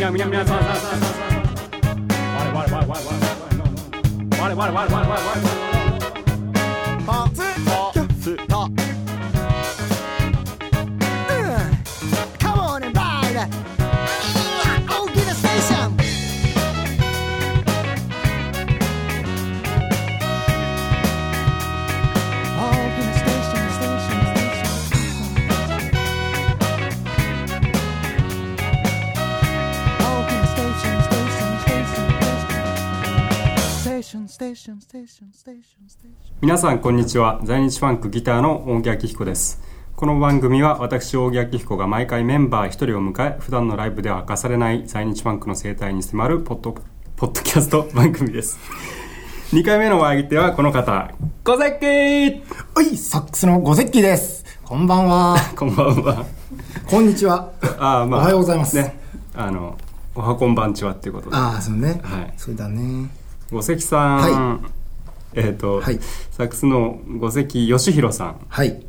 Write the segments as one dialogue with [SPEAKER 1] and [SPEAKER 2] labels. [SPEAKER 1] なみなみなさささささ我我我我我我我我我我我
[SPEAKER 2] ポツポツとうんカモンバイ大きなステーション大きなステーションステーションステーションStation, station, station, station.
[SPEAKER 3] 皆さんこんにちは在日ファンクギターの大木明彦ですこの番組は私大木明彦が毎回メンバー1人を迎え普段のライブでは明かされない在日ファンクの生態に迫るポッドポッドキャスト番組です2回目のお相手はこの方小関
[SPEAKER 4] はい、サックスのゴゼッキーです。こんばん は。
[SPEAKER 3] こんばんは
[SPEAKER 4] こんにちは。
[SPEAKER 3] あーまあ
[SPEAKER 4] おはようございます
[SPEAKER 3] ねあのおはこんばんちはっていうことで
[SPEAKER 4] ああ、そうね。
[SPEAKER 3] はい
[SPEAKER 4] そうだね。
[SPEAKER 3] 五関さん、えっ、と、
[SPEAKER 4] はい
[SPEAKER 3] サックスの五関義弘さん、
[SPEAKER 4] はい。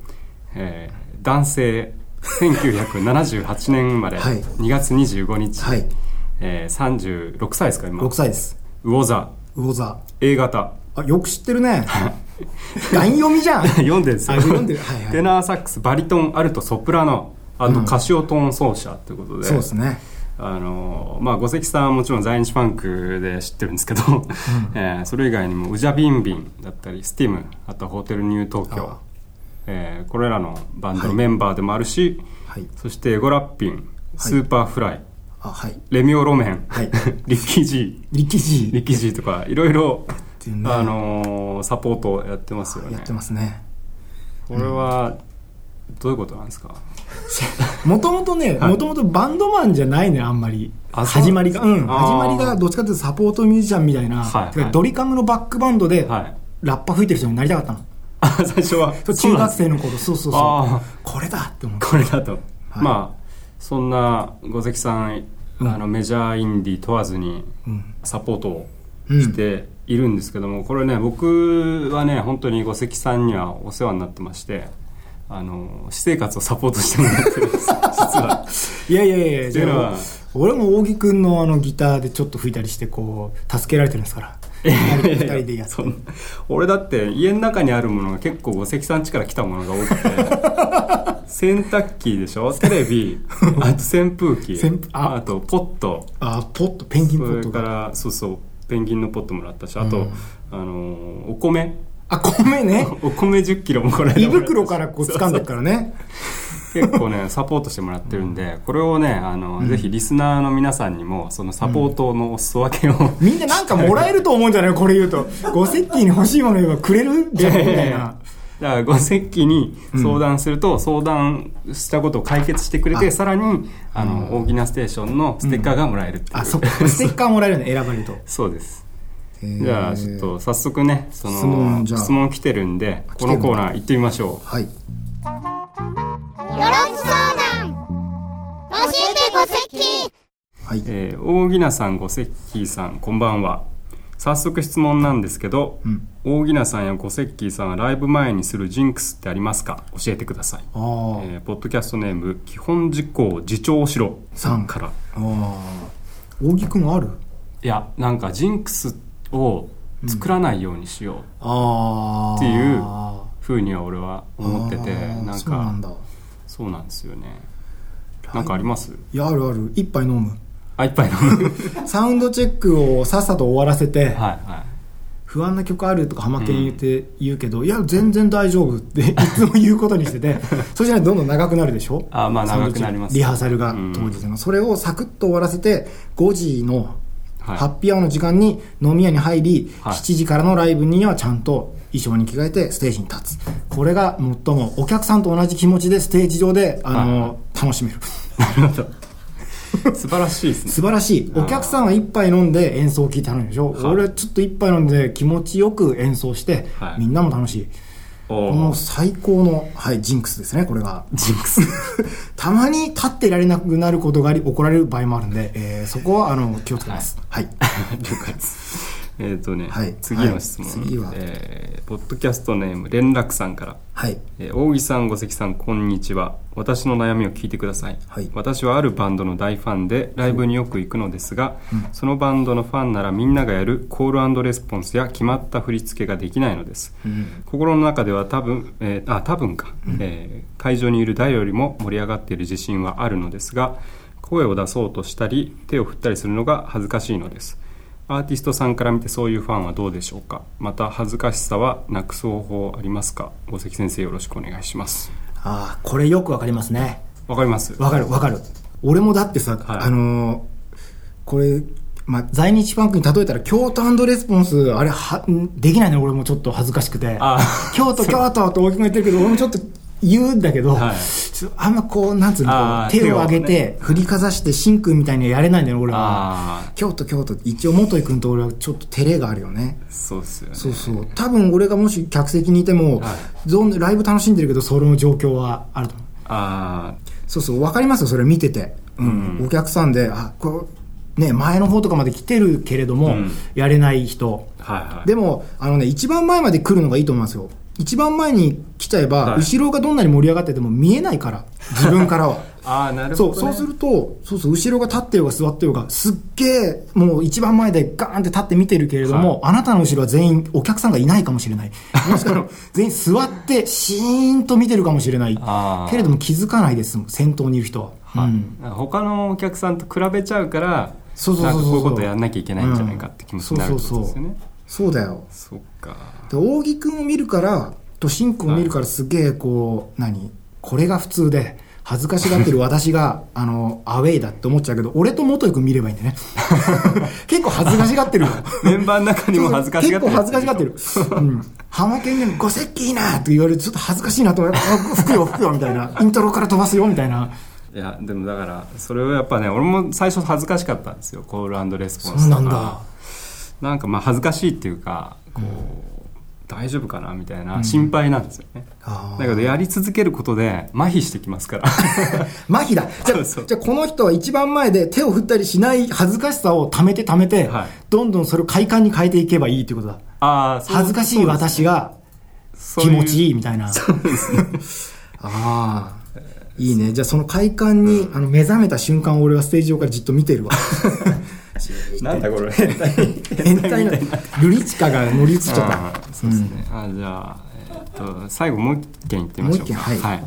[SPEAKER 3] えー男性1978年生まれ、
[SPEAKER 4] はい
[SPEAKER 3] 2月25日、
[SPEAKER 4] はい。
[SPEAKER 3] えー36歳ですか今
[SPEAKER 4] 6歳です。
[SPEAKER 3] 魚座
[SPEAKER 4] 魚座。
[SPEAKER 3] A 型
[SPEAKER 4] あ、よく知ってるね。ライン読みじゃん。
[SPEAKER 3] 読んでるんですよ
[SPEAKER 4] あ読んでるはいはい
[SPEAKER 3] テナーサックスバリトンアルトソプラノあとカシオトーン奏者ということで、
[SPEAKER 4] そうですね。
[SPEAKER 3] あのまあ五関さんはもちろん在日ファンクで知ってるんですけど、 えーそれ以外にもウジャビンビンだったりスティムあとはホテルニュー東
[SPEAKER 4] あ
[SPEAKER 3] 京、えーこれらのバンドのメンバーでもあるし、
[SPEAKER 4] はい
[SPEAKER 3] そしてエゴラッピンスーパーフライ、
[SPEAKER 4] あ、はい。
[SPEAKER 3] レミオロメン、
[SPEAKER 4] はい
[SPEAKER 3] リッキー G
[SPEAKER 4] 力士。
[SPEAKER 3] リッキー G とかいろいろ、
[SPEAKER 4] ていうね
[SPEAKER 3] あのーサポートやってますよね
[SPEAKER 4] やってますね。
[SPEAKER 3] これはどういうことなんですか、
[SPEAKER 5] もともとね、
[SPEAKER 3] はい
[SPEAKER 5] もともとバンドマンじゃないね、あんまり。
[SPEAKER 3] あそう
[SPEAKER 5] 始まりが。うん。
[SPEAKER 3] あー
[SPEAKER 5] 始まりが、どっちかというとサポートミュージシャンみたいな、
[SPEAKER 3] はいはい
[SPEAKER 5] てかドリカムのバックバンドで、
[SPEAKER 3] はい
[SPEAKER 5] ラッパ吹いてる人になりたかったの。
[SPEAKER 3] あ最初は
[SPEAKER 5] そう
[SPEAKER 3] そう
[SPEAKER 5] 中
[SPEAKER 3] なんです
[SPEAKER 5] 学生の頃、そうそう
[SPEAKER 3] あ
[SPEAKER 5] そ
[SPEAKER 3] ー
[SPEAKER 5] う。これだって思って。
[SPEAKER 3] これだと、まあそんな五関さん、あのメジャーインディー問わずにサポートをしているんですけども、これね僕はね本当に五関さんにはお世話になってましてあの私生活をサポートしてもらってるんです実 はい
[SPEAKER 5] やいやいやいや、
[SPEAKER 3] っていうのは
[SPEAKER 5] 俺も大木くんのあのギターでちょっと吹いたりして、こう、助けられてるんですから。二人でやって
[SPEAKER 3] そ。ん俺だって家の中にあるものが結構五関さん家から来たものが多くて 洗濯機でしょテレビあと扇風機
[SPEAKER 5] 扇風あ
[SPEAKER 3] あとポット
[SPEAKER 5] あ、ポット、ペンギンポ
[SPEAKER 3] そ
[SPEAKER 5] ッ
[SPEAKER 3] れ
[SPEAKER 5] ト
[SPEAKER 3] か
[SPEAKER 5] が。
[SPEAKER 3] らそうそうペンギンのポットもらったしあと、あのーお米
[SPEAKER 5] あ、米ね。
[SPEAKER 3] お米1 0キロもこれ
[SPEAKER 5] 胃袋からこう掴んでるからね。
[SPEAKER 3] 結構ねサポートしてもらってるんで、これをねあの、ぜひリスナーの皆さんにもそのサポートのお裾分けを、
[SPEAKER 5] みんななんかもらえると思うんじゃないこれ言うと。五石器に欲しいもの言えばくれるんじゃないみたい な。
[SPEAKER 3] だからご石器に相談すると、相談したことを解決してくれてさらにあの、大きなステーションのステッカーがもらえるっていう、
[SPEAKER 5] あ、そっか。ステッカーもらえるね、選ばれると。
[SPEAKER 3] そうです
[SPEAKER 4] えー
[SPEAKER 3] じゃあちょっ。と早速ねその
[SPEAKER 4] 質問じゃあ
[SPEAKER 3] 質問来てるんでこのコーナー行ってみましょう
[SPEAKER 4] はい。
[SPEAKER 6] よろし相談教えてごせき
[SPEAKER 4] はい。
[SPEAKER 3] えー、大木名さん、ごせっきーさん、こんばんは。早速質問なんですけど、大木名さんやごせっきーさんはライブ前にするジンクスってありますか教えてください。
[SPEAKER 4] あ
[SPEAKER 3] え
[SPEAKER 4] ー
[SPEAKER 3] ーポッドキャストネーム、基本事項自重しろさんから。
[SPEAKER 4] あー。
[SPEAKER 5] 大木くんある
[SPEAKER 3] いや、なんかジンクスを作らないようにしよ
[SPEAKER 4] ああ。
[SPEAKER 3] っていう
[SPEAKER 4] あ
[SPEAKER 3] うふうには俺は
[SPEAKER 4] ー
[SPEAKER 3] 思ってて、なん
[SPEAKER 4] そうなんだ
[SPEAKER 3] か、。そうなんですよね。なんかあります
[SPEAKER 5] いや、あるある。一杯飲む。
[SPEAKER 3] あ、いっぱい の。
[SPEAKER 5] サウンドチェックをさっさと終わらせて、
[SPEAKER 3] はいは
[SPEAKER 5] 不安な曲あるとかハマケン言って言うけど、いや、全然大丈夫っていつも言うことにし てて、そしたらどんどん長くなるでしょ
[SPEAKER 3] あーまあ
[SPEAKER 5] サウンドチェ
[SPEAKER 3] 長
[SPEAKER 5] ック
[SPEAKER 3] くなります
[SPEAKER 5] リハーサルが
[SPEAKER 3] うん
[SPEAKER 5] 当日の。それをサクッと終わらせて、5時の
[SPEAKER 3] はい
[SPEAKER 5] ハッピーアワーの時間に飲み屋に入り、
[SPEAKER 3] はい
[SPEAKER 5] 7時からのライブにはちゃんと衣装に着替えてステージに立つ。これが最もお客さんと同じ気持ちでステージ上で、あの、楽しめる。
[SPEAKER 3] い。なるほど。素晴らしいですね。
[SPEAKER 5] 素晴らしい。お客さんは一杯飲んで演奏を聴いてはるんでしょ
[SPEAKER 3] はい
[SPEAKER 5] 俺はちょっと一杯飲んで気持ちよく演奏して
[SPEAKER 3] は、い
[SPEAKER 5] みんなも楽しい。
[SPEAKER 3] お
[SPEAKER 5] こ
[SPEAKER 3] ー
[SPEAKER 5] の最高の、はい、ジンクスですね、これが。ジンクス。 たまに立っていられなくな ることがあり、怒られる場合もあるんで、えーそこは、あの、気をつけます。はい。
[SPEAKER 3] 了解ですえっ、とね、
[SPEAKER 5] はい
[SPEAKER 3] 次の質問、
[SPEAKER 5] はい次は
[SPEAKER 3] えーポッドキャストネーム連絡さんから
[SPEAKER 5] はい
[SPEAKER 3] えー大木さんご関さんこんにちは私の悩みを聞いてください、
[SPEAKER 5] はい
[SPEAKER 3] 私はあるバンドの大ファンでライブによく行くのですが、そのバンドのファンならみんながやるコールレスポンスや決まった振り付けができないのです、心の中では多分、えーあ多分か、えー会場にいる誰よりも盛り上がっている自信はあるのですが声を出そうとしたり手を振ったりするのが恥ずかしいのですアーティストさんから見てそういうファンはどうでしょうかまた恥ずかしさはなくす方法ありますか五関先生よろしくお願いします
[SPEAKER 5] ああこれよくわかりますね
[SPEAKER 3] わかります
[SPEAKER 5] わかるわかる俺もだって
[SPEAKER 3] は
[SPEAKER 5] さ、
[SPEAKER 3] い
[SPEAKER 5] あのーこれ、まあ、在日ファンクに例えたら京都レスポンスあれはんできないね俺もちょっと恥ずかしくて
[SPEAKER 3] あ
[SPEAKER 5] 京都京都って大きく言ってるけど俺もちょっと言うんだけど、
[SPEAKER 3] はい
[SPEAKER 5] ちょっとあんまこうなんつうのこう
[SPEAKER 3] あー
[SPEAKER 5] 手を上げ
[SPEAKER 3] 手を
[SPEAKER 5] て振りかざしてしんくんみたいにはやれないんだよね俺
[SPEAKER 3] あ
[SPEAKER 5] は京都京都って一応元井君と俺はちょっと照れがあるよね
[SPEAKER 3] そうっすよね
[SPEAKER 5] そうそう多分俺がもし客席にいても、
[SPEAKER 3] はい
[SPEAKER 5] ゾーンでライブ楽しんでるけどその状況はあると思う
[SPEAKER 3] あー
[SPEAKER 5] そうそう、わかりますよ、それ見てて。うん。お客さんで、あ、こう、ね、前の方とかまで来てるけれども、
[SPEAKER 3] ん
[SPEAKER 5] やれない人。
[SPEAKER 3] はいはい
[SPEAKER 5] でも、あのね、一番前まで来るのがいいと思いますよ。一番前に来ちゃえば、
[SPEAKER 3] はい
[SPEAKER 5] 後ろがどんなに盛り上がってても見えないから、自分からは。
[SPEAKER 3] ああなる
[SPEAKER 5] そ
[SPEAKER 3] ほど、
[SPEAKER 5] う
[SPEAKER 3] ね、
[SPEAKER 5] そうするとそうそう後ろが立ってようが座ってようがすっげえもう一番前でガーンって立って見てるけれども、あなたの後ろは全員お客さんがいないかもしれないもし くは全員座ってシーンと見てるかもしれない
[SPEAKER 3] あー
[SPEAKER 5] けれども気づかないですもん先頭にいる人は、
[SPEAKER 3] はい
[SPEAKER 5] うん
[SPEAKER 3] 他のお客さんと比べちゃうから
[SPEAKER 5] そうそうそうそう
[SPEAKER 3] なんかこういうことやんなきゃいけないんじゃないかって気持ちになるってことですよね、
[SPEAKER 5] そうだよ
[SPEAKER 3] そうか
[SPEAKER 5] で扇君を見るからとシン君を見るからすげえこう、何これが普通で恥ずかし がってる私があのアウェイだって思っちゃうけど俺と元井君見ればいいんだ ね結構恥ずかしがってるよ
[SPEAKER 3] メンバーの中にも恥ずかしがってる
[SPEAKER 5] 結構恥ずかしがってる。うん。浜県でもご石器いいなって言われるとちょっと恥ずかしいなと思って、あ吹くよ吹くよみたいな。イントロから飛ばすよみたいな。
[SPEAKER 3] いやでもだからそれをやっぱね俺も最初恥ずかしかったんですよコールレスポンスとか
[SPEAKER 5] そうなんだ
[SPEAKER 3] なんかまあ恥ずかしいっていうかこう、大丈夫かなみたいな心配なんですよね、
[SPEAKER 5] あー
[SPEAKER 3] だけどやり続けることで麻痺してきます から
[SPEAKER 5] 麻 痺だ。じゃ
[SPEAKER 3] そう
[SPEAKER 5] あ、
[SPEAKER 3] そう
[SPEAKER 5] じゃあこの人は一番前で手を振ったりしない恥ずかしさを溜めて溜めて、
[SPEAKER 3] はい
[SPEAKER 5] どんどんそれを快感に変えていけばいいってことだ。
[SPEAKER 3] ああ
[SPEAKER 5] 恥ずかしい私が気持ちいいみたいな。 ああ。いいね。じゃあその快感に、あの目覚めた瞬間を俺はステージ上からじっと見 てるわ。
[SPEAKER 3] なんだこれ変態
[SPEAKER 5] 変態な。ルリチカが乗り移っちゃった。
[SPEAKER 3] あーそうですね、あじゃあ、えーっと最後もう一件いってみましょうか
[SPEAKER 5] もう一件はい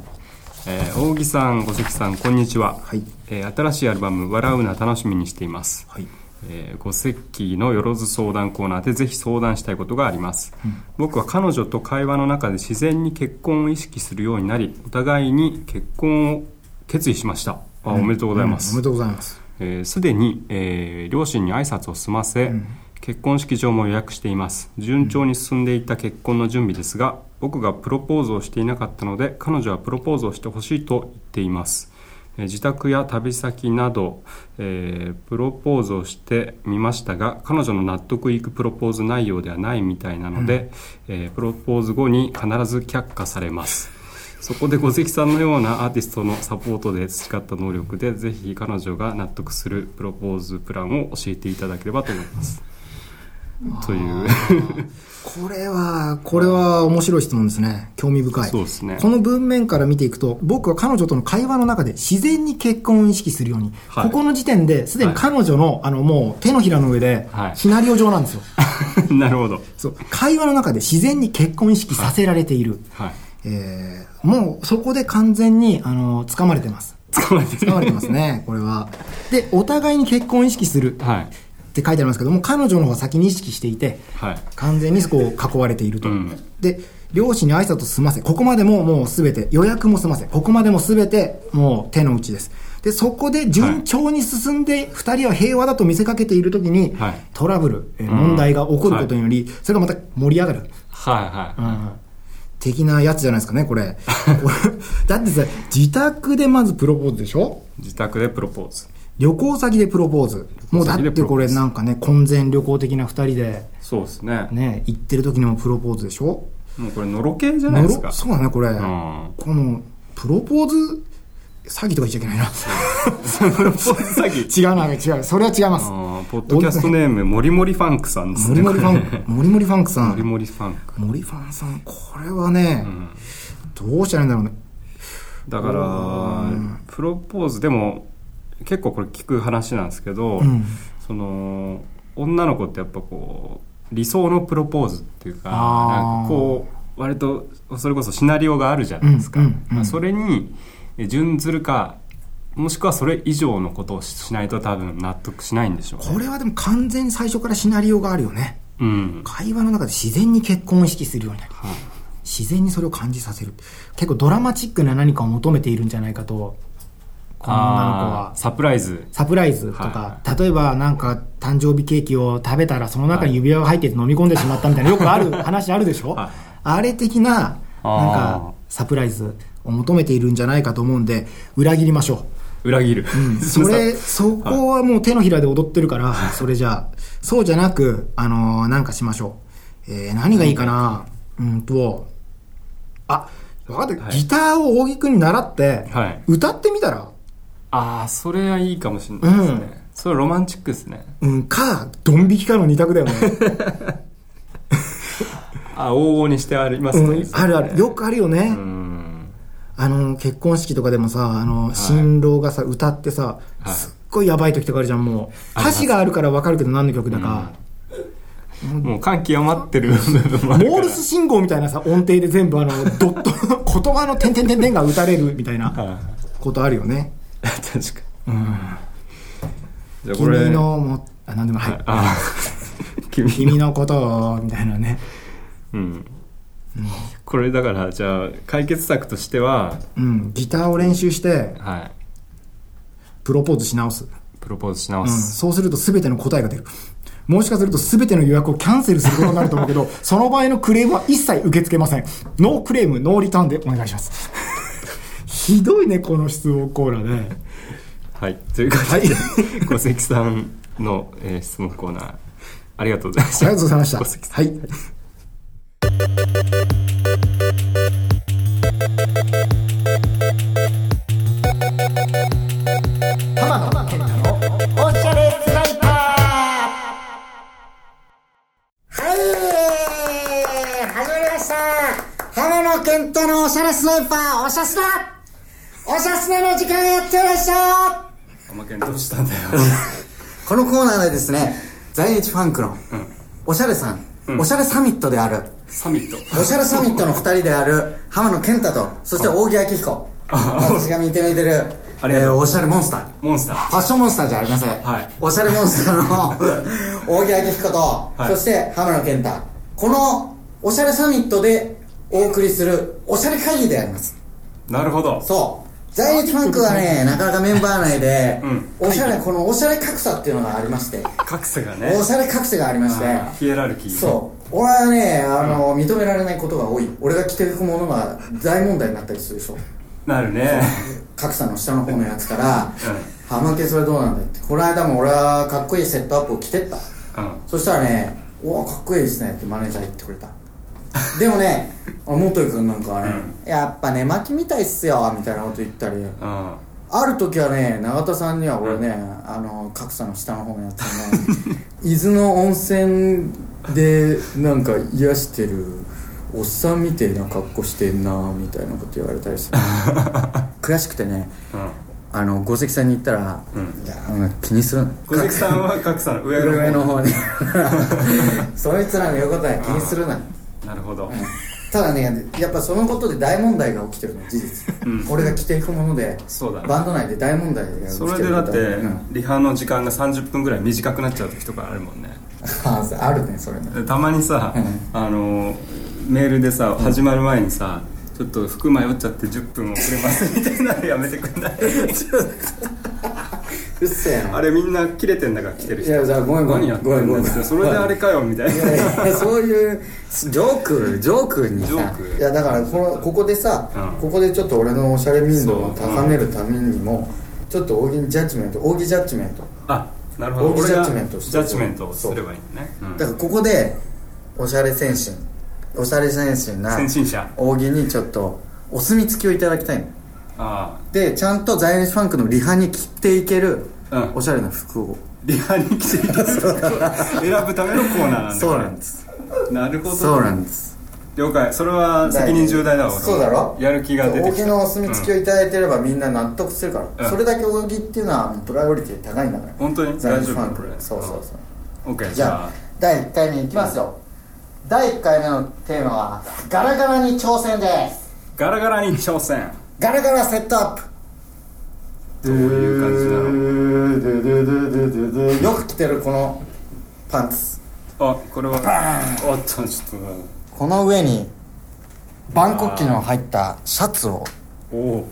[SPEAKER 3] えー大木さん五関さんこんにちは、
[SPEAKER 5] はい
[SPEAKER 3] えー新しいアルバム「笑うな楽しみにしています」
[SPEAKER 5] はい
[SPEAKER 3] えー、五関のよろず相談コーナーでぜひ相談したいことがあります、僕は彼女と会話の中で自然に結婚を意識するようになりお互いに結婚を決意しましたあおめでとうございます、
[SPEAKER 5] おめでとうございます。
[SPEAKER 3] えーすでに、えー両親に挨拶を済ませ、結婚式場も予約しています順調に進んでいった結婚の準備ですが、僕がプロポーズをしていなかったので彼女はプロポーズをしてほしいと言っています、えー自宅や旅先など、えープロポーズをしてみましたが彼女の納得いくプロポーズ内容ではないみたいなので、えープロポーズ後に必ず却下されますそこで五関さんのようなアーティストのサポートで培った能力でぜひ彼女が納得するプロポーズプランを教えていただければと思います。という
[SPEAKER 5] これは、これは面白い質問ですね。興味深い。
[SPEAKER 3] そうですね
[SPEAKER 5] この文面から見ていくと、僕は彼女との会話の中で自然に結婚を意識するように、
[SPEAKER 3] はい
[SPEAKER 5] ここの時点ですでに彼女の、あの、もう手のひらの上で
[SPEAKER 3] は、い
[SPEAKER 5] シナリオ上なんですよ。
[SPEAKER 3] なるほど。
[SPEAKER 5] そう。会話の中で自然に結婚を意識させられている。
[SPEAKER 3] はい。
[SPEAKER 5] えー、もうそこで完全に、あの、掴まれてます。
[SPEAKER 3] 捕まえて
[SPEAKER 5] 掴まれてますね、これは。で、お互いに結婚を意識する。
[SPEAKER 3] はい。
[SPEAKER 5] って書いてありますけども彼女の方が先に意識していて、
[SPEAKER 3] はい
[SPEAKER 5] 完全にこう囲われていると、
[SPEAKER 3] うん
[SPEAKER 5] で両親に挨拶を済ませここまでももう全て予約も済ませここまでも全てもう手の内ですでそこで順調に進んで2人は平和だと見せかけている時に、
[SPEAKER 3] はい
[SPEAKER 5] トラブル、えー問題が起こることにより、それがまた盛り上がる、
[SPEAKER 3] はいは
[SPEAKER 5] 的なやつじゃないですかねこ れこれだってさ自宅でまずプロポーズでしょ
[SPEAKER 3] い。自宅でプロポーズ。
[SPEAKER 5] 旅行先でプロポーズもうだってこれなんかね婚前旅行的な2人で
[SPEAKER 3] そうですね。
[SPEAKER 5] ね行ってる時にもプロポーズでしょ
[SPEAKER 3] もうこれのろけじゃないです
[SPEAKER 5] のろ
[SPEAKER 3] か。
[SPEAKER 5] そうだねこれ、
[SPEAKER 3] ん
[SPEAKER 5] このプロポーズ詐欺とか言っちゃいけないな。
[SPEAKER 3] 詐欺
[SPEAKER 5] 違うな、違う。それは違います。
[SPEAKER 3] あーポッドキャストネームもりもりファンクさんです
[SPEAKER 5] モ
[SPEAKER 3] ね
[SPEAKER 5] リモリフ
[SPEAKER 3] これ
[SPEAKER 5] ァ
[SPEAKER 3] ね
[SPEAKER 5] ンク、モリモリファンクさ
[SPEAKER 3] もり
[SPEAKER 5] ん。
[SPEAKER 3] もりファンク
[SPEAKER 5] モリファンさん、これはね、どうしたらいいんだろうね。
[SPEAKER 3] だからプロポーズでも結構これ聞く話なんですけど、
[SPEAKER 5] うん
[SPEAKER 3] その女の子ってやっぱこう理想のプロポーズっていうか
[SPEAKER 5] あー
[SPEAKER 3] なんかこう割とそれこそシナリオがあるじゃないですか、
[SPEAKER 5] うんうんうん
[SPEAKER 3] まあそれに準ずるかもしくはそれ以上のことをしないと多分納得しないんでしょうね
[SPEAKER 5] これはでも完全に最初からシナリオがあるよね。
[SPEAKER 3] うん
[SPEAKER 5] 会話の中で自然に結婚を意識するようになる。自然にそれを感じさせる。結構ドラマチックな何かを求めているんじゃないかと、この女の子
[SPEAKER 3] あ
[SPEAKER 5] は
[SPEAKER 3] ー。サプライズ
[SPEAKER 5] サプライズとか
[SPEAKER 3] は、
[SPEAKER 5] 例えばなんか誕生日ケーキを食べたらその中に指輪が入ってて飲み込んでしまったみたいな、よくあ る話あるでしょ、
[SPEAKER 3] はい
[SPEAKER 5] あれ的な、なん
[SPEAKER 3] あー
[SPEAKER 5] かサプライズを求めているんじゃないかと思うんで、裏切りましょ
[SPEAKER 3] 裏切る、
[SPEAKER 5] う。それ、そこはもう手のひらで踊ってるから、それじゃあ、そうじゃなく、あのーなんかしましょう。えー何がいいかなうんと、あ、分かった、
[SPEAKER 3] はい
[SPEAKER 5] ギターを大木くんに習って、
[SPEAKER 3] はい
[SPEAKER 5] 歌ってみたら
[SPEAKER 3] ああそれはいいかもしれないですね、
[SPEAKER 5] うん
[SPEAKER 3] それロマンチックですね
[SPEAKER 5] うん、か、ドン引きかの二択 だよね。
[SPEAKER 3] あ往々にしてありますね、
[SPEAKER 5] うん、あるある。よくあるよね。
[SPEAKER 3] うん
[SPEAKER 5] あの、結婚式とかでもさ、あの、新郎がさ、歌ってさ、
[SPEAKER 3] はい
[SPEAKER 5] すっごいやばい時とかあるじゃん、もう。
[SPEAKER 3] ありま
[SPEAKER 5] 歌
[SPEAKER 3] す
[SPEAKER 5] 詞があるからわかるけど何の曲だか。
[SPEAKER 3] もう感極まってる部分もあるから
[SPEAKER 5] モールス信号みたいなさ、音程で全部あの、ドット、 言葉の点点点点が打たれるみたいな
[SPEAKER 3] は
[SPEAKER 5] ことあるよね。
[SPEAKER 3] い確かに、じゃあこれ
[SPEAKER 5] 君のも、あ、なんでも、はい。
[SPEAKER 3] あー 君の
[SPEAKER 5] 君のことを、みたいなね。
[SPEAKER 3] うん、これだからじゃあ解決策としては
[SPEAKER 5] うん、ギターを練習して、
[SPEAKER 3] はい
[SPEAKER 5] プロポーズし直す。
[SPEAKER 3] プロポーズし直
[SPEAKER 5] うん、
[SPEAKER 3] す、
[SPEAKER 5] そうすると全ての答えが出る。もしかすると全ての予約をキャンセルすることになると思う けど、その場合のクレームは一切受け付けません。ノークレーム、ノーリターンでお願いします。ひどいね、この質問コーラね。
[SPEAKER 3] はいという ことで、小関さんの、えー質問コーナーありがとうございまし
[SPEAKER 5] あ
[SPEAKER 3] た
[SPEAKER 5] りがとうございました。
[SPEAKER 3] 小関さん
[SPEAKER 5] はい。
[SPEAKER 2] おしゃれスナイパーはい始まりました浜野健太のおしゃれスナイパーおしゃすなおしゃすなの時間がやってきました
[SPEAKER 3] おまけどうしたんだよ
[SPEAKER 7] このコーナーでですね在日ファンクのおしゃれさん、おしゃれサミットである
[SPEAKER 3] サミット
[SPEAKER 7] おしゃれサミットの2人である浜野健太とそして扇明彦私が見ていてる、
[SPEAKER 3] ありがとう
[SPEAKER 7] えーおしゃれモンスター
[SPEAKER 3] モンスター
[SPEAKER 7] ファッションモンスターじゃありません、
[SPEAKER 3] はい
[SPEAKER 7] おしゃれモンスター の扇明彦と、
[SPEAKER 3] い
[SPEAKER 7] そして浜野健太このおしゃれサミットでお送りするおしゃれ会議であります
[SPEAKER 3] なるほど
[SPEAKER 7] そう在日ファンクはねなかなかメンバー内で、
[SPEAKER 3] うん
[SPEAKER 7] おしゃれこのおしゃれ格差っていうのがありまして
[SPEAKER 3] 格差がね
[SPEAKER 7] おしゃれ格差がありまして
[SPEAKER 3] あーヒエラルキー
[SPEAKER 7] そう俺はねあの、認められないことが多い俺が着てるものが大問題になったりするでしょ
[SPEAKER 3] なるね
[SPEAKER 7] 格差の下の方のやつから「浜家それどうなんだ?」ってこの間も俺はかっこいいセットアップを着てった
[SPEAKER 3] うん
[SPEAKER 7] そしたらね「おおかっこいいですね」ってマネージャー言ってくれたでもねあ元井君なんかはね、やっぱね巻きみたいっすよ」みたいなこと言ったり
[SPEAKER 3] うん
[SPEAKER 7] ある時はね永田さんには俺ね、あの格差の下の方のやつのね伊豆の温泉でなんか癒してるおっさんみてえな格好してんなみたいなこと言われたりして 悔しくてね
[SPEAKER 3] うん
[SPEAKER 7] あの五関さんに言ったら「いやあの気にするな」
[SPEAKER 3] 小関さんは格差の上の
[SPEAKER 7] 上の
[SPEAKER 3] 方
[SPEAKER 7] 方に そいつらの横だよ気にするな
[SPEAKER 3] なるほど
[SPEAKER 7] ただねやっぱそのことで大問題が起きてるの事実、俺が着ていくもので
[SPEAKER 3] そうだね
[SPEAKER 7] バンド内で大問題が起きてる
[SPEAKER 3] それでだって
[SPEAKER 7] うん
[SPEAKER 3] リハの時間が30分ぐらい短くなっちゃう時とかあるもんね
[SPEAKER 7] ああるねそれね
[SPEAKER 3] でたまにさあのメールでさ始まる前にさちょっと服迷っちゃって10分遅れますみたいなのやめてくん ない
[SPEAKER 7] うっせえな
[SPEAKER 3] あれみんな切れてんだから来てる人
[SPEAKER 7] いやじゃあごめんごめん
[SPEAKER 3] 何やってん
[SPEAKER 7] ご
[SPEAKER 3] だ
[SPEAKER 7] めん
[SPEAKER 3] っ
[SPEAKER 7] ごめ
[SPEAKER 3] て
[SPEAKER 7] ん
[SPEAKER 3] それであれかよみたい
[SPEAKER 7] いやい
[SPEAKER 3] な
[SPEAKER 7] やそういうジョークジョークにさ
[SPEAKER 3] ジョーク
[SPEAKER 7] いやだからこのここでさ、
[SPEAKER 3] うん
[SPEAKER 7] ここでちょっと俺のおしゃれ民度を高めるためにも、ちょっと扇ジャッジメント扇ジャッジメント
[SPEAKER 3] あなるほど
[SPEAKER 7] 僕
[SPEAKER 3] 俺が
[SPEAKER 7] ジャッジメントして
[SPEAKER 3] ジャッジメントをすればいいんだねうん
[SPEAKER 7] だからここでおしゃれ先進おしゃれ先進な
[SPEAKER 3] 先進者
[SPEAKER 7] 扇にちょっとお墨付きをいただきたいの
[SPEAKER 3] あ
[SPEAKER 7] でちゃんと在日ファンクのリハに着ていける
[SPEAKER 3] うん
[SPEAKER 7] おしゃれな服
[SPEAKER 3] あ
[SPEAKER 7] を、
[SPEAKER 3] リハに来ていける選ぶためのコーナーなんだ
[SPEAKER 7] そうなんです
[SPEAKER 3] なるほど
[SPEAKER 7] そうなんです
[SPEAKER 3] 了解それは責任重大だわ俺は
[SPEAKER 7] そうだろ
[SPEAKER 3] やる気が出てき
[SPEAKER 7] 扇
[SPEAKER 3] た
[SPEAKER 7] のお墨付きをいただいてればみんな納得するから、
[SPEAKER 3] うん
[SPEAKER 7] それだけ扇っていうのはプライオリティ高いんだから
[SPEAKER 3] 本当に
[SPEAKER 7] 在日
[SPEAKER 3] 大丈
[SPEAKER 7] フ
[SPEAKER 3] 夫
[SPEAKER 7] ァンク
[SPEAKER 3] これ
[SPEAKER 7] そうそうそう
[SPEAKER 3] オッケーじ
[SPEAKER 7] じゃ
[SPEAKER 3] ゃ
[SPEAKER 7] あ第1回目いきますよ第1回目のテーマはガラガラに挑戦です
[SPEAKER 3] あガラガラに挑戦
[SPEAKER 2] ガラガラセットアップ
[SPEAKER 3] どういう感じなの
[SPEAKER 7] よく着てるこのパンツ
[SPEAKER 3] あこれはおっとちょっ
[SPEAKER 7] この上に万国旗の入ったシャツを
[SPEAKER 3] とおお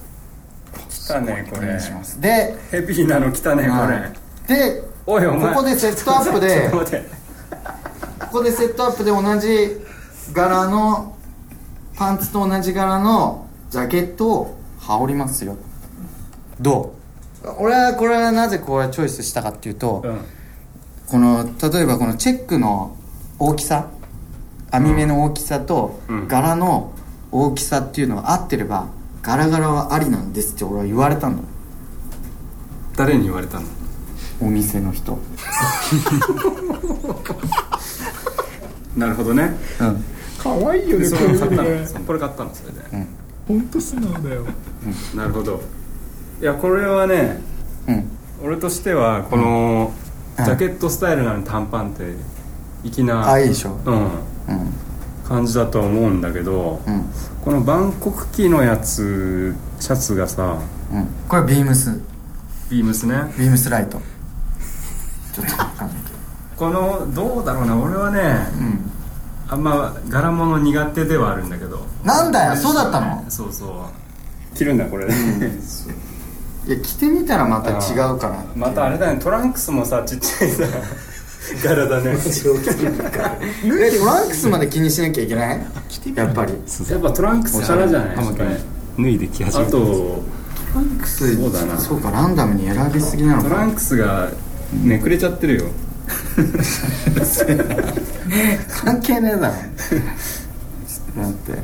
[SPEAKER 3] 来たねこ
[SPEAKER 7] お
[SPEAKER 3] れ
[SPEAKER 7] 願いしますで
[SPEAKER 3] ヘビーなの来たねこ
[SPEAKER 7] で
[SPEAKER 3] おいお前
[SPEAKER 7] ここでセットアッ
[SPEAKER 3] れちょ
[SPEAKER 7] プで
[SPEAKER 3] っと待って
[SPEAKER 7] ここでセットアップで同じ柄のパンツと同じ柄のジャケットを羽織りますよどう俺はこれはなぜこれチョイスしたかっていうと、
[SPEAKER 3] うん
[SPEAKER 7] この例えばこのチェックの大きさ網目の大きさと
[SPEAKER 3] ん
[SPEAKER 7] 柄の大きさっていうのが合ってればガラガラはありなんですって俺は言われたんだよ
[SPEAKER 3] 誰に言われたの
[SPEAKER 7] お店の人
[SPEAKER 3] なるほ どね
[SPEAKER 7] うん
[SPEAKER 5] 可愛いよ
[SPEAKER 3] で
[SPEAKER 5] ね
[SPEAKER 3] そ
[SPEAKER 5] こ
[SPEAKER 3] れ買った
[SPEAKER 5] れ
[SPEAKER 3] の
[SPEAKER 5] ね
[SPEAKER 3] そのこれ買ったのそれで
[SPEAKER 5] 本当素直だよ
[SPEAKER 3] なるほどいやこれはね
[SPEAKER 7] うん
[SPEAKER 3] 俺としてはこのジャケットスタイルなのに短パンって粋な
[SPEAKER 7] あいいでしょ
[SPEAKER 3] うん
[SPEAKER 7] うん
[SPEAKER 3] 感じだと思うんだけど、
[SPEAKER 7] うん
[SPEAKER 3] このバンコク機のやつシャツがさ
[SPEAKER 7] うんこれビームス
[SPEAKER 3] ビームスね
[SPEAKER 7] ビームスライトちょっとわかんないけど
[SPEAKER 3] このどうだろうな俺はね
[SPEAKER 7] うん
[SPEAKER 3] あんま柄物苦手ではあるんだけど
[SPEAKER 7] なんだよそうだったの
[SPEAKER 3] そうそう着るんだこれ、
[SPEAKER 7] いや着てみたらまた違うかな
[SPEAKER 3] またあれだねトランクスもさちっちゃいさ 柄だね
[SPEAKER 7] えトランクスまで気にしなきゃいけないやっぱり
[SPEAKER 3] やっぱトランクスおしゃれじゃないですかね
[SPEAKER 1] 脱いでき始
[SPEAKER 3] あ
[SPEAKER 1] めた
[SPEAKER 3] と
[SPEAKER 7] トランクス
[SPEAKER 3] そうだな
[SPEAKER 7] そうかランダムに選びすぎなの
[SPEAKER 3] ト
[SPEAKER 7] か
[SPEAKER 3] ランクスがめくれちゃってるよ
[SPEAKER 7] 関係ね えだろちょっと待って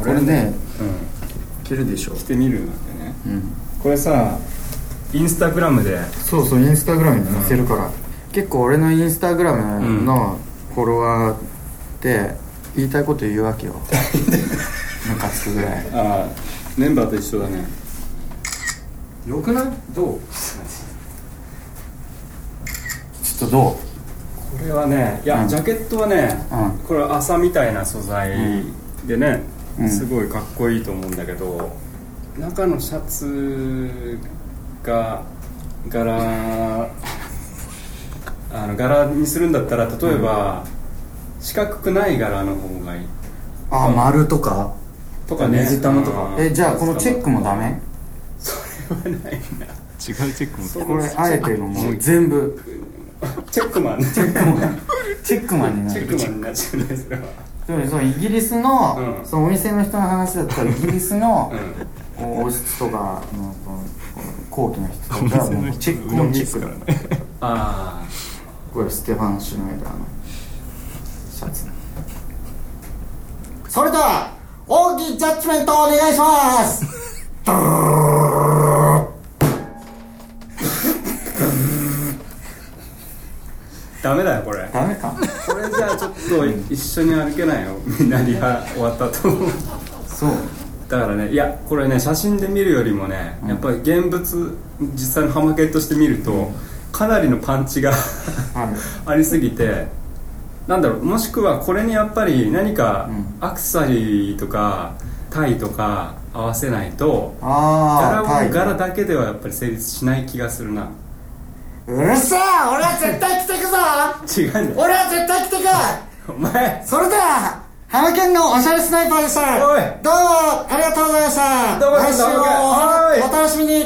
[SPEAKER 7] これね
[SPEAKER 3] うん
[SPEAKER 7] 着るでしょ
[SPEAKER 3] 着てみるんだってね
[SPEAKER 7] うん
[SPEAKER 3] これさインスタグラムで
[SPEAKER 7] そうそうインスタグラムに載せるから、結構俺のインスタグラムのフォロワーって言いたいこと言うわけ よムカつくぐらい
[SPEAKER 3] あメンバーと一緒だね
[SPEAKER 7] よくないどうちょっとどう
[SPEAKER 3] これはねいや、
[SPEAKER 7] うん
[SPEAKER 3] ジャケットはね、
[SPEAKER 7] うん
[SPEAKER 3] これは麻みたいな素材でね、
[SPEAKER 7] うん
[SPEAKER 3] すごいかっこいいと思うんだけど中のシャツが 柄あの柄にするんだったら例えば、四角くない柄の方がいい
[SPEAKER 7] ああ丸とか
[SPEAKER 3] とかね
[SPEAKER 7] 水玉とか
[SPEAKER 3] うん
[SPEAKER 7] えじゃあこのチェックもダメ
[SPEAKER 3] それはないな
[SPEAKER 1] 違うチェックも
[SPEAKER 7] これあえての もう全部
[SPEAKER 3] チェックマンチェッ
[SPEAKER 7] チェックマンになる
[SPEAKER 3] クマンになっちゃうねそれは
[SPEAKER 7] でもそうイギリスの、
[SPEAKER 3] うん
[SPEAKER 7] そのお店の人の話だったらイギリスの
[SPEAKER 3] うん
[SPEAKER 7] 王室とかのその高貴な人とかがもうチェックもチェックだ
[SPEAKER 3] ああ
[SPEAKER 7] これステファン・シュナイダーのシャツそれでは大きいジャッジメントお願いします
[SPEAKER 3] ダメだよこれ
[SPEAKER 7] ダメか
[SPEAKER 3] これじゃあちょっと一緒に歩けないよ みんなリハ終わったと
[SPEAKER 7] そう
[SPEAKER 3] だからねいやこれね写真で見るよりもね、やっぱり現物実際のハマケとして見ると、かなりのパンチが ありすぎてなんだろうもしくはこれにやっぱり何かアクセサリーとかタイとか合わせないと柄
[SPEAKER 7] ああ
[SPEAKER 3] は柄だけではやっぱり成立しない気がするな
[SPEAKER 2] うるせえ俺は絶対着てくぞ
[SPEAKER 3] 違うんだよ
[SPEAKER 2] 俺は絶対着てく
[SPEAKER 3] お前
[SPEAKER 2] それではハマケンのおしゃれスナイパーでした
[SPEAKER 3] おい
[SPEAKER 2] どうもありがとうございました
[SPEAKER 3] どうも
[SPEAKER 2] 来週も
[SPEAKER 3] ハマケンおい
[SPEAKER 2] お楽しみに
[SPEAKER 3] おい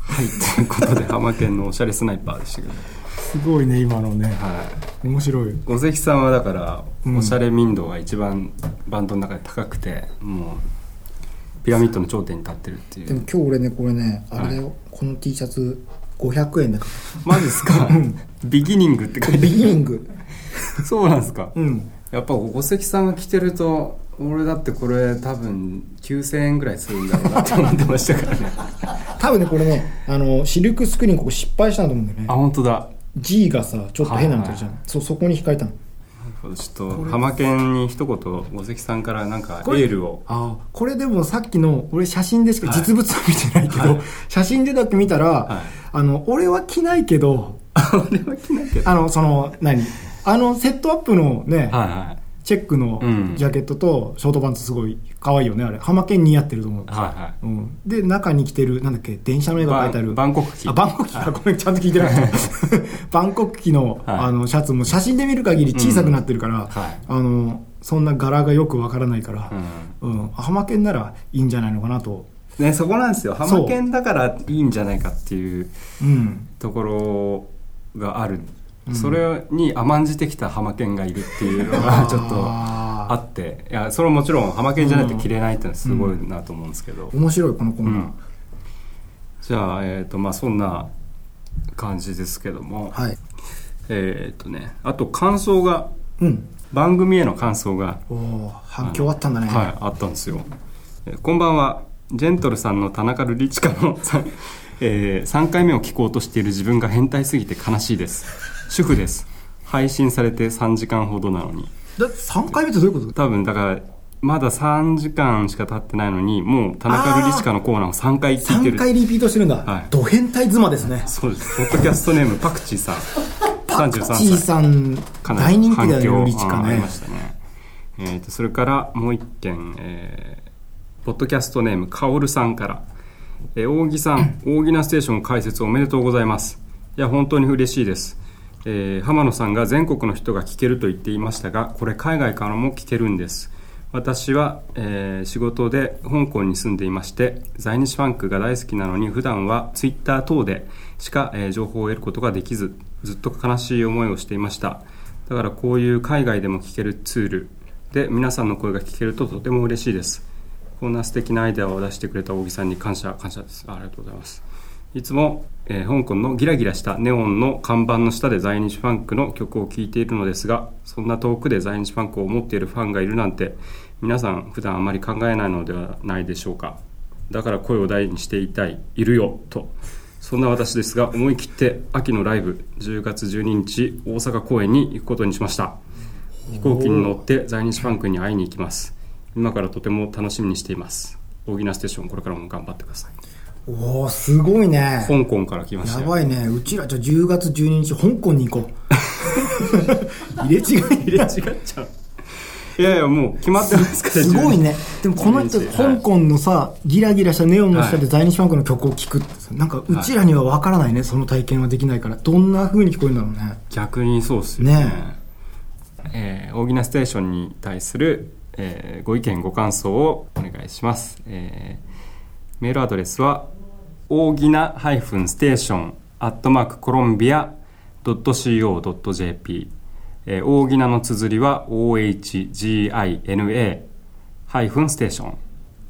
[SPEAKER 3] はい ということで浜県のおしゃれスナイパーでしたけど
[SPEAKER 5] すごいね今のね
[SPEAKER 3] はい
[SPEAKER 5] 面白い
[SPEAKER 3] 小関さんはだから、
[SPEAKER 5] ん
[SPEAKER 3] おしゃれ民度が一番バンドの中で高くてもうピラミッドの頂点に立ってるってい
[SPEAKER 5] でも
[SPEAKER 3] う
[SPEAKER 5] 今日俺ねこれねあれだよこの T シャツ500円だか
[SPEAKER 3] マジっすかビギニングって書
[SPEAKER 5] ら
[SPEAKER 3] い
[SPEAKER 5] ビ
[SPEAKER 3] て
[SPEAKER 5] ギニング
[SPEAKER 3] そうなんですか、
[SPEAKER 5] うん
[SPEAKER 3] やっぱ五関さんが着てると俺だってこれ多分9000円ぐらいするんだろうなと思ってましたからね
[SPEAKER 5] 多分ねこれねあのシルクスクリーンここ失敗したんだと思うんだよ
[SPEAKER 3] あ
[SPEAKER 5] ね
[SPEAKER 3] 本当だ
[SPEAKER 5] G がさちょっと変なのとじゃん、
[SPEAKER 3] はい
[SPEAKER 5] そうそこに控えたの
[SPEAKER 3] ちょっとハマケンに一言五関さんからなんかエールを
[SPEAKER 5] ああこれでもさっきの俺写真でしか実物は見てないけど、写真でだけ見たら、
[SPEAKER 3] い
[SPEAKER 5] あの俺は着ないけど
[SPEAKER 3] 俺は着ないけど
[SPEAKER 5] あのその何あのセットアップのね、
[SPEAKER 3] はいはい
[SPEAKER 5] チェックの
[SPEAKER 3] うん
[SPEAKER 5] ジャケットとショートパンツすごい可愛いよねあれ浜県似合ってると思う、
[SPEAKER 3] はいはい
[SPEAKER 5] うん、で中に着てるなんだっけ電車の絵が描いてある
[SPEAKER 3] バンバンコク旗
[SPEAKER 5] あバンコク旗かごめんちゃんと聞いてなかった バンコク旗の,、
[SPEAKER 3] はい
[SPEAKER 5] あのシャツも写真で見る限り小さくなってるから、
[SPEAKER 3] はい
[SPEAKER 5] あのそんな柄がよくわからないから、
[SPEAKER 3] うん
[SPEAKER 5] うん、浜県ならいいんじゃないのかなと。
[SPEAKER 3] ね、そこなんですよ
[SPEAKER 5] う
[SPEAKER 3] 浜県だからいいんじゃないかっていう
[SPEAKER 5] うん。
[SPEAKER 3] ところがある、それに甘んじてきた浜県がいるっていうのが ちょっとあ
[SPEAKER 5] あ
[SPEAKER 3] っていやそれもちろん浜県じゃないと着れないってのはすごいなと思うんですけど、
[SPEAKER 5] ー面白い、このコーナー。
[SPEAKER 3] うんじゃあ、えーとまあ、そんな感じですけども、
[SPEAKER 5] はい。
[SPEAKER 3] えっ、とねあと感想が
[SPEAKER 5] うん。
[SPEAKER 3] 番組への感想が
[SPEAKER 5] おお反響あったんだね。
[SPEAKER 3] はい、あったんですよ。えーこんばんは。ジェントルさんの田中瑠璃チカのさん、えー3回目を聞こうとしている自分が変態すぎて悲しいです。主婦です。配信されて3時間ほどなのに。
[SPEAKER 5] だって3回目ってどういうこと
[SPEAKER 3] 多分だから、まだ3時間しか経ってないのに、もう田中瑠璃チカのコーナーを3回聞いて
[SPEAKER 5] ?3
[SPEAKER 3] る。
[SPEAKER 5] 回リピートしてるんだ。
[SPEAKER 3] はい
[SPEAKER 5] ド変態妻ですね。
[SPEAKER 3] そうです。ポッドキャストネーム、パクチーさん。33歳。
[SPEAKER 5] チーさん、
[SPEAKER 3] かなり
[SPEAKER 5] 大人気だよ
[SPEAKER 3] 反響
[SPEAKER 5] ね、ルリチカ
[SPEAKER 3] ああり
[SPEAKER 5] ね
[SPEAKER 3] ま。したね、えーとそれからもう一件、えーポッドキャストネームかおるさんから、えー、扇さん「大喜なステーション」開設おめでとうございますいや本当に嬉しいです、えー浜野さんが全国の人が聞けると言っていましたがこれ海外からも聞けるんです私は、えー仕事で香港に住んでいまして在日ファンクが大好きなのに普段はツイッター等でしか、えー情報を得ることができずずっと悲しい思いをしていましただからこういう海外でも聞けるツールで皆さんの声が聞けるととても嬉しいですこんな素敵なアイデアを出してくれた大木さんに感謝感謝ですあありがとうございますいつも、えー香港のギラギラしたネオンの看板の下で在日ファンクの曲を聴いているのですがそんな遠くで在日ファンクを持っているファンがいるなんて皆さん普段あまり考えないのではないでしょうかだから声を大にしていたいいるよとそんな私ですが思い切って秋のライブ10月12日大阪公演に行くことにしました飛行機に乗って在日ファンクに会いに行きます今からとても楽しみにしています大喜なステーションこれからも頑張ってください
[SPEAKER 5] おおすごいね。
[SPEAKER 3] 香港から来ました
[SPEAKER 5] や
[SPEAKER 3] よ
[SPEAKER 5] ばいね。うちら、じゃあ10月12日、香港に行 こう。入れ違い、入れ違い。
[SPEAKER 3] 違っちゃういやいやもう決まってますから
[SPEAKER 5] すごいね。でもこの人、
[SPEAKER 3] 12
[SPEAKER 5] 香港のさ、ギラギラしたネオンの下で在日ファンクの曲を聴くってさ、なんかうちらには分からないね、その体験はできないから。どんな風に聞こえるんだろうね。
[SPEAKER 3] 逆にそうっすよね
[SPEAKER 5] ね
[SPEAKER 3] えー大喜なステーションに対する、えーご意見ご感想をお願いします、えーメールアドレスは大喜なハイフンステーションアットマークコロンビア .co.jp えー大喜なの綴りは OHGINA ハイフンステーション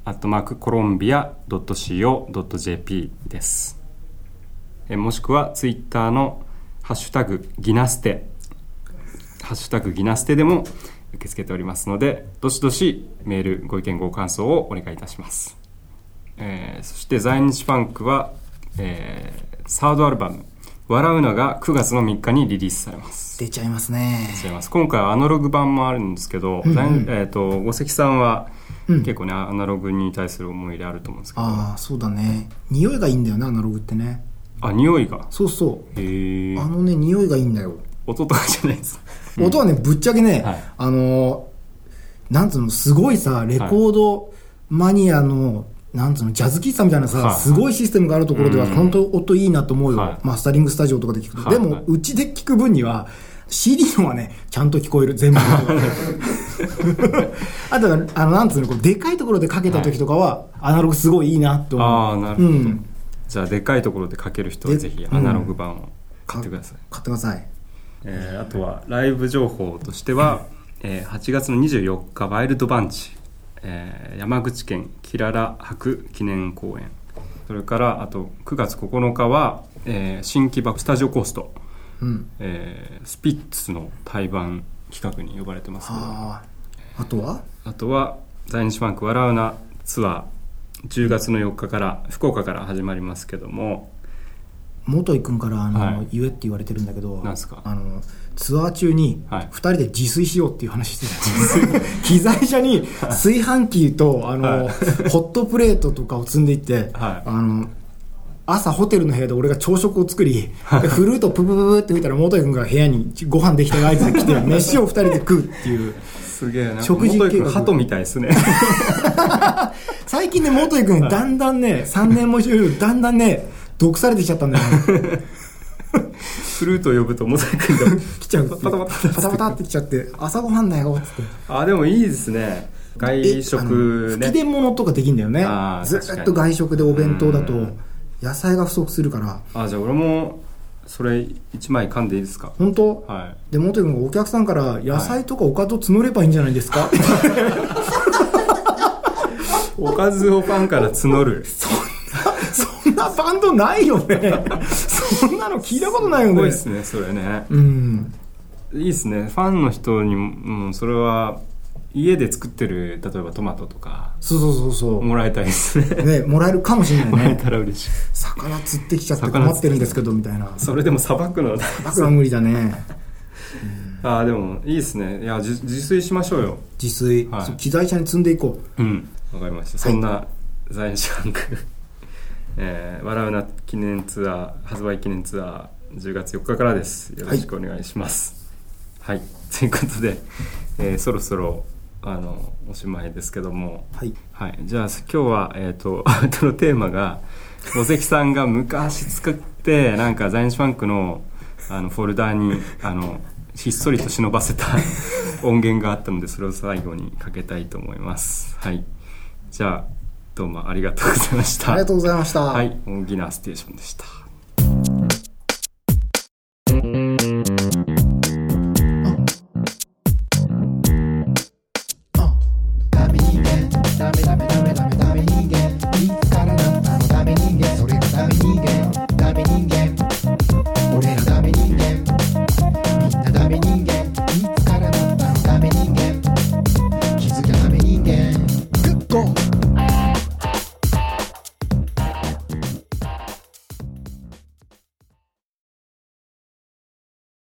[SPEAKER 3] アットマークコロンビア .co.jp ですえーもしくはツイッターの「ハッシュタグギナステ」「ハッシュタグギナステ」でも受け付けておりますのでどしどしメールご意見ご感想をお願いいたします、えーそして在日ファンクは、えーサードアルバム「笑うの」が9月の3日にリリースされます
[SPEAKER 5] 出ちゃいますね。
[SPEAKER 3] 違います今回はアナログ版もあるんですけど、在えー、と五関さんは結構ね、アナログに対する思い入れあると思うんですけどあ
[SPEAKER 5] ああ、そうだね。匂いがいいんだよな、アナログってね。
[SPEAKER 3] 匂いが
[SPEAKER 5] そうそ
[SPEAKER 3] へ
[SPEAKER 5] う。
[SPEAKER 3] ー
[SPEAKER 5] あのね、匂いがいいんだよ。
[SPEAKER 3] 音とかじゃないです
[SPEAKER 5] 音はね、ぶっちゃけね、
[SPEAKER 3] はい
[SPEAKER 5] あのー、なんつうの、すごいさ、レコードマニアの、なんつうの、ジャズ喫茶みたいなさ、
[SPEAKER 3] はい
[SPEAKER 5] すごいシステムがあるところでは、
[SPEAKER 3] うん
[SPEAKER 5] 本当音いいなと思うよ。
[SPEAKER 3] はい
[SPEAKER 5] マスタリングスタジオとかで聞くと。
[SPEAKER 3] はい
[SPEAKER 5] で
[SPEAKER 3] は
[SPEAKER 5] も
[SPEAKER 3] い、
[SPEAKER 5] うちで聞く分には、CD のはね、ちゃんと聞こえる、 全部。あとは、あの、なんつうの、こうでかいところでかけた時とかは、アナログすごいいいなと思う。
[SPEAKER 3] ああなるほど、
[SPEAKER 5] うん
[SPEAKER 3] じゃあでかいところで書ける人は
[SPEAKER 5] で
[SPEAKER 3] ぜひ
[SPEAKER 5] うん
[SPEAKER 3] アナログ版を買ってください、
[SPEAKER 5] 買ってください。
[SPEAKER 3] えーあとはライブ情報としては、えー8月の24日ワイルドバンチ、えー山口県キララ博記念公園それからあと9月9日は、えー新木場スタジオコースト、
[SPEAKER 5] うん。
[SPEAKER 3] えースピッツの対バン企画に呼ばれてますけどあ
[SPEAKER 5] あああとは
[SPEAKER 3] とは在日ファンク笑うなツアー10月の4日から福岡から始まりますけども
[SPEAKER 5] 元井君からあの、
[SPEAKER 3] はい
[SPEAKER 5] 言えって言われてるんだけど
[SPEAKER 3] なんすか
[SPEAKER 5] あのツアー中に
[SPEAKER 3] はい
[SPEAKER 5] 2人で自炊しようっていう話してた、 機材車に炊飯器とあの、
[SPEAKER 3] はい
[SPEAKER 5] ホットプレートとかを積んでいって、
[SPEAKER 3] はい
[SPEAKER 5] あの朝ホテルの部屋で俺が朝食を作り、でフルートププププって吹いたら元井君が部屋にご飯できたら合図で 来て飯を2人で食うっていう
[SPEAKER 3] すげえな
[SPEAKER 5] 食事
[SPEAKER 3] 元井
[SPEAKER 5] 計
[SPEAKER 3] 君
[SPEAKER 5] 画
[SPEAKER 3] 鳩みたい ですね
[SPEAKER 5] 最近ね元井君だんだんね3年も中だんだんね毒されてきちゃったんだ よね
[SPEAKER 3] フルート呼ぶと元井君が
[SPEAKER 5] 来ちゃうっていう
[SPEAKER 3] パタパタ
[SPEAKER 5] パタパタって来ちゃって朝ごはんだよっつって
[SPEAKER 3] あでもいいですね外食
[SPEAKER 5] えあの吹き
[SPEAKER 3] ね
[SPEAKER 5] 出物とかできんだよね
[SPEAKER 3] あー
[SPEAKER 5] ず
[SPEAKER 3] 確か
[SPEAKER 5] ーっ
[SPEAKER 3] に
[SPEAKER 5] と外食でお弁当だと
[SPEAKER 3] うん
[SPEAKER 5] 野菜が不足するから
[SPEAKER 3] あじゃあ俺もそれ1枚噛んでいいですか
[SPEAKER 5] 本当、
[SPEAKER 3] は
[SPEAKER 5] で元君がお客さんから野菜とかおかずを募ればいいんじゃないですか、
[SPEAKER 3] いおかずをファンから募る
[SPEAKER 5] そんなバンドないよね そんなの聞いたことないよ
[SPEAKER 3] すごい
[SPEAKER 5] ね
[SPEAKER 3] ですねそれね
[SPEAKER 5] うん
[SPEAKER 3] いいですねファンの人にも、うん、それは家で作ってる例えばトマトとか
[SPEAKER 5] そうそうそうそう、
[SPEAKER 3] もらいたいですね
[SPEAKER 5] ね、もらえるかもしれ
[SPEAKER 3] も
[SPEAKER 5] な
[SPEAKER 3] ら
[SPEAKER 5] い
[SPEAKER 3] え
[SPEAKER 5] ね
[SPEAKER 3] たら嬉しい
[SPEAKER 5] 魚釣ってきちゃって困ってるんですけどみたいな
[SPEAKER 3] それでもさばくのは
[SPEAKER 5] だから無理だね
[SPEAKER 3] ああでもいいですねいや自自炊しましょうよ
[SPEAKER 5] 自炊、
[SPEAKER 3] はい
[SPEAKER 5] そう機材車に積んでいこう
[SPEAKER 3] うんわかりましたそんな在日ファンク、 えー笑うな記念ツアー発売記念ツアー10月4日からですよろしくお願いしますはい、ということで、えーそろそろあのおしまいですけども
[SPEAKER 5] はい
[SPEAKER 3] はい、じゃあ今日は、えー、と アウトのテーマが五関さんが昔作ってなんか在日ファンクのあのフォルダーにあのひっそりと忍ばせた 音源があったのでそれを最後にかけたいと思います。はい、じゃあどうもありがとうございました。
[SPEAKER 5] ありがとうございました、
[SPEAKER 3] はい、大きなステーションでした。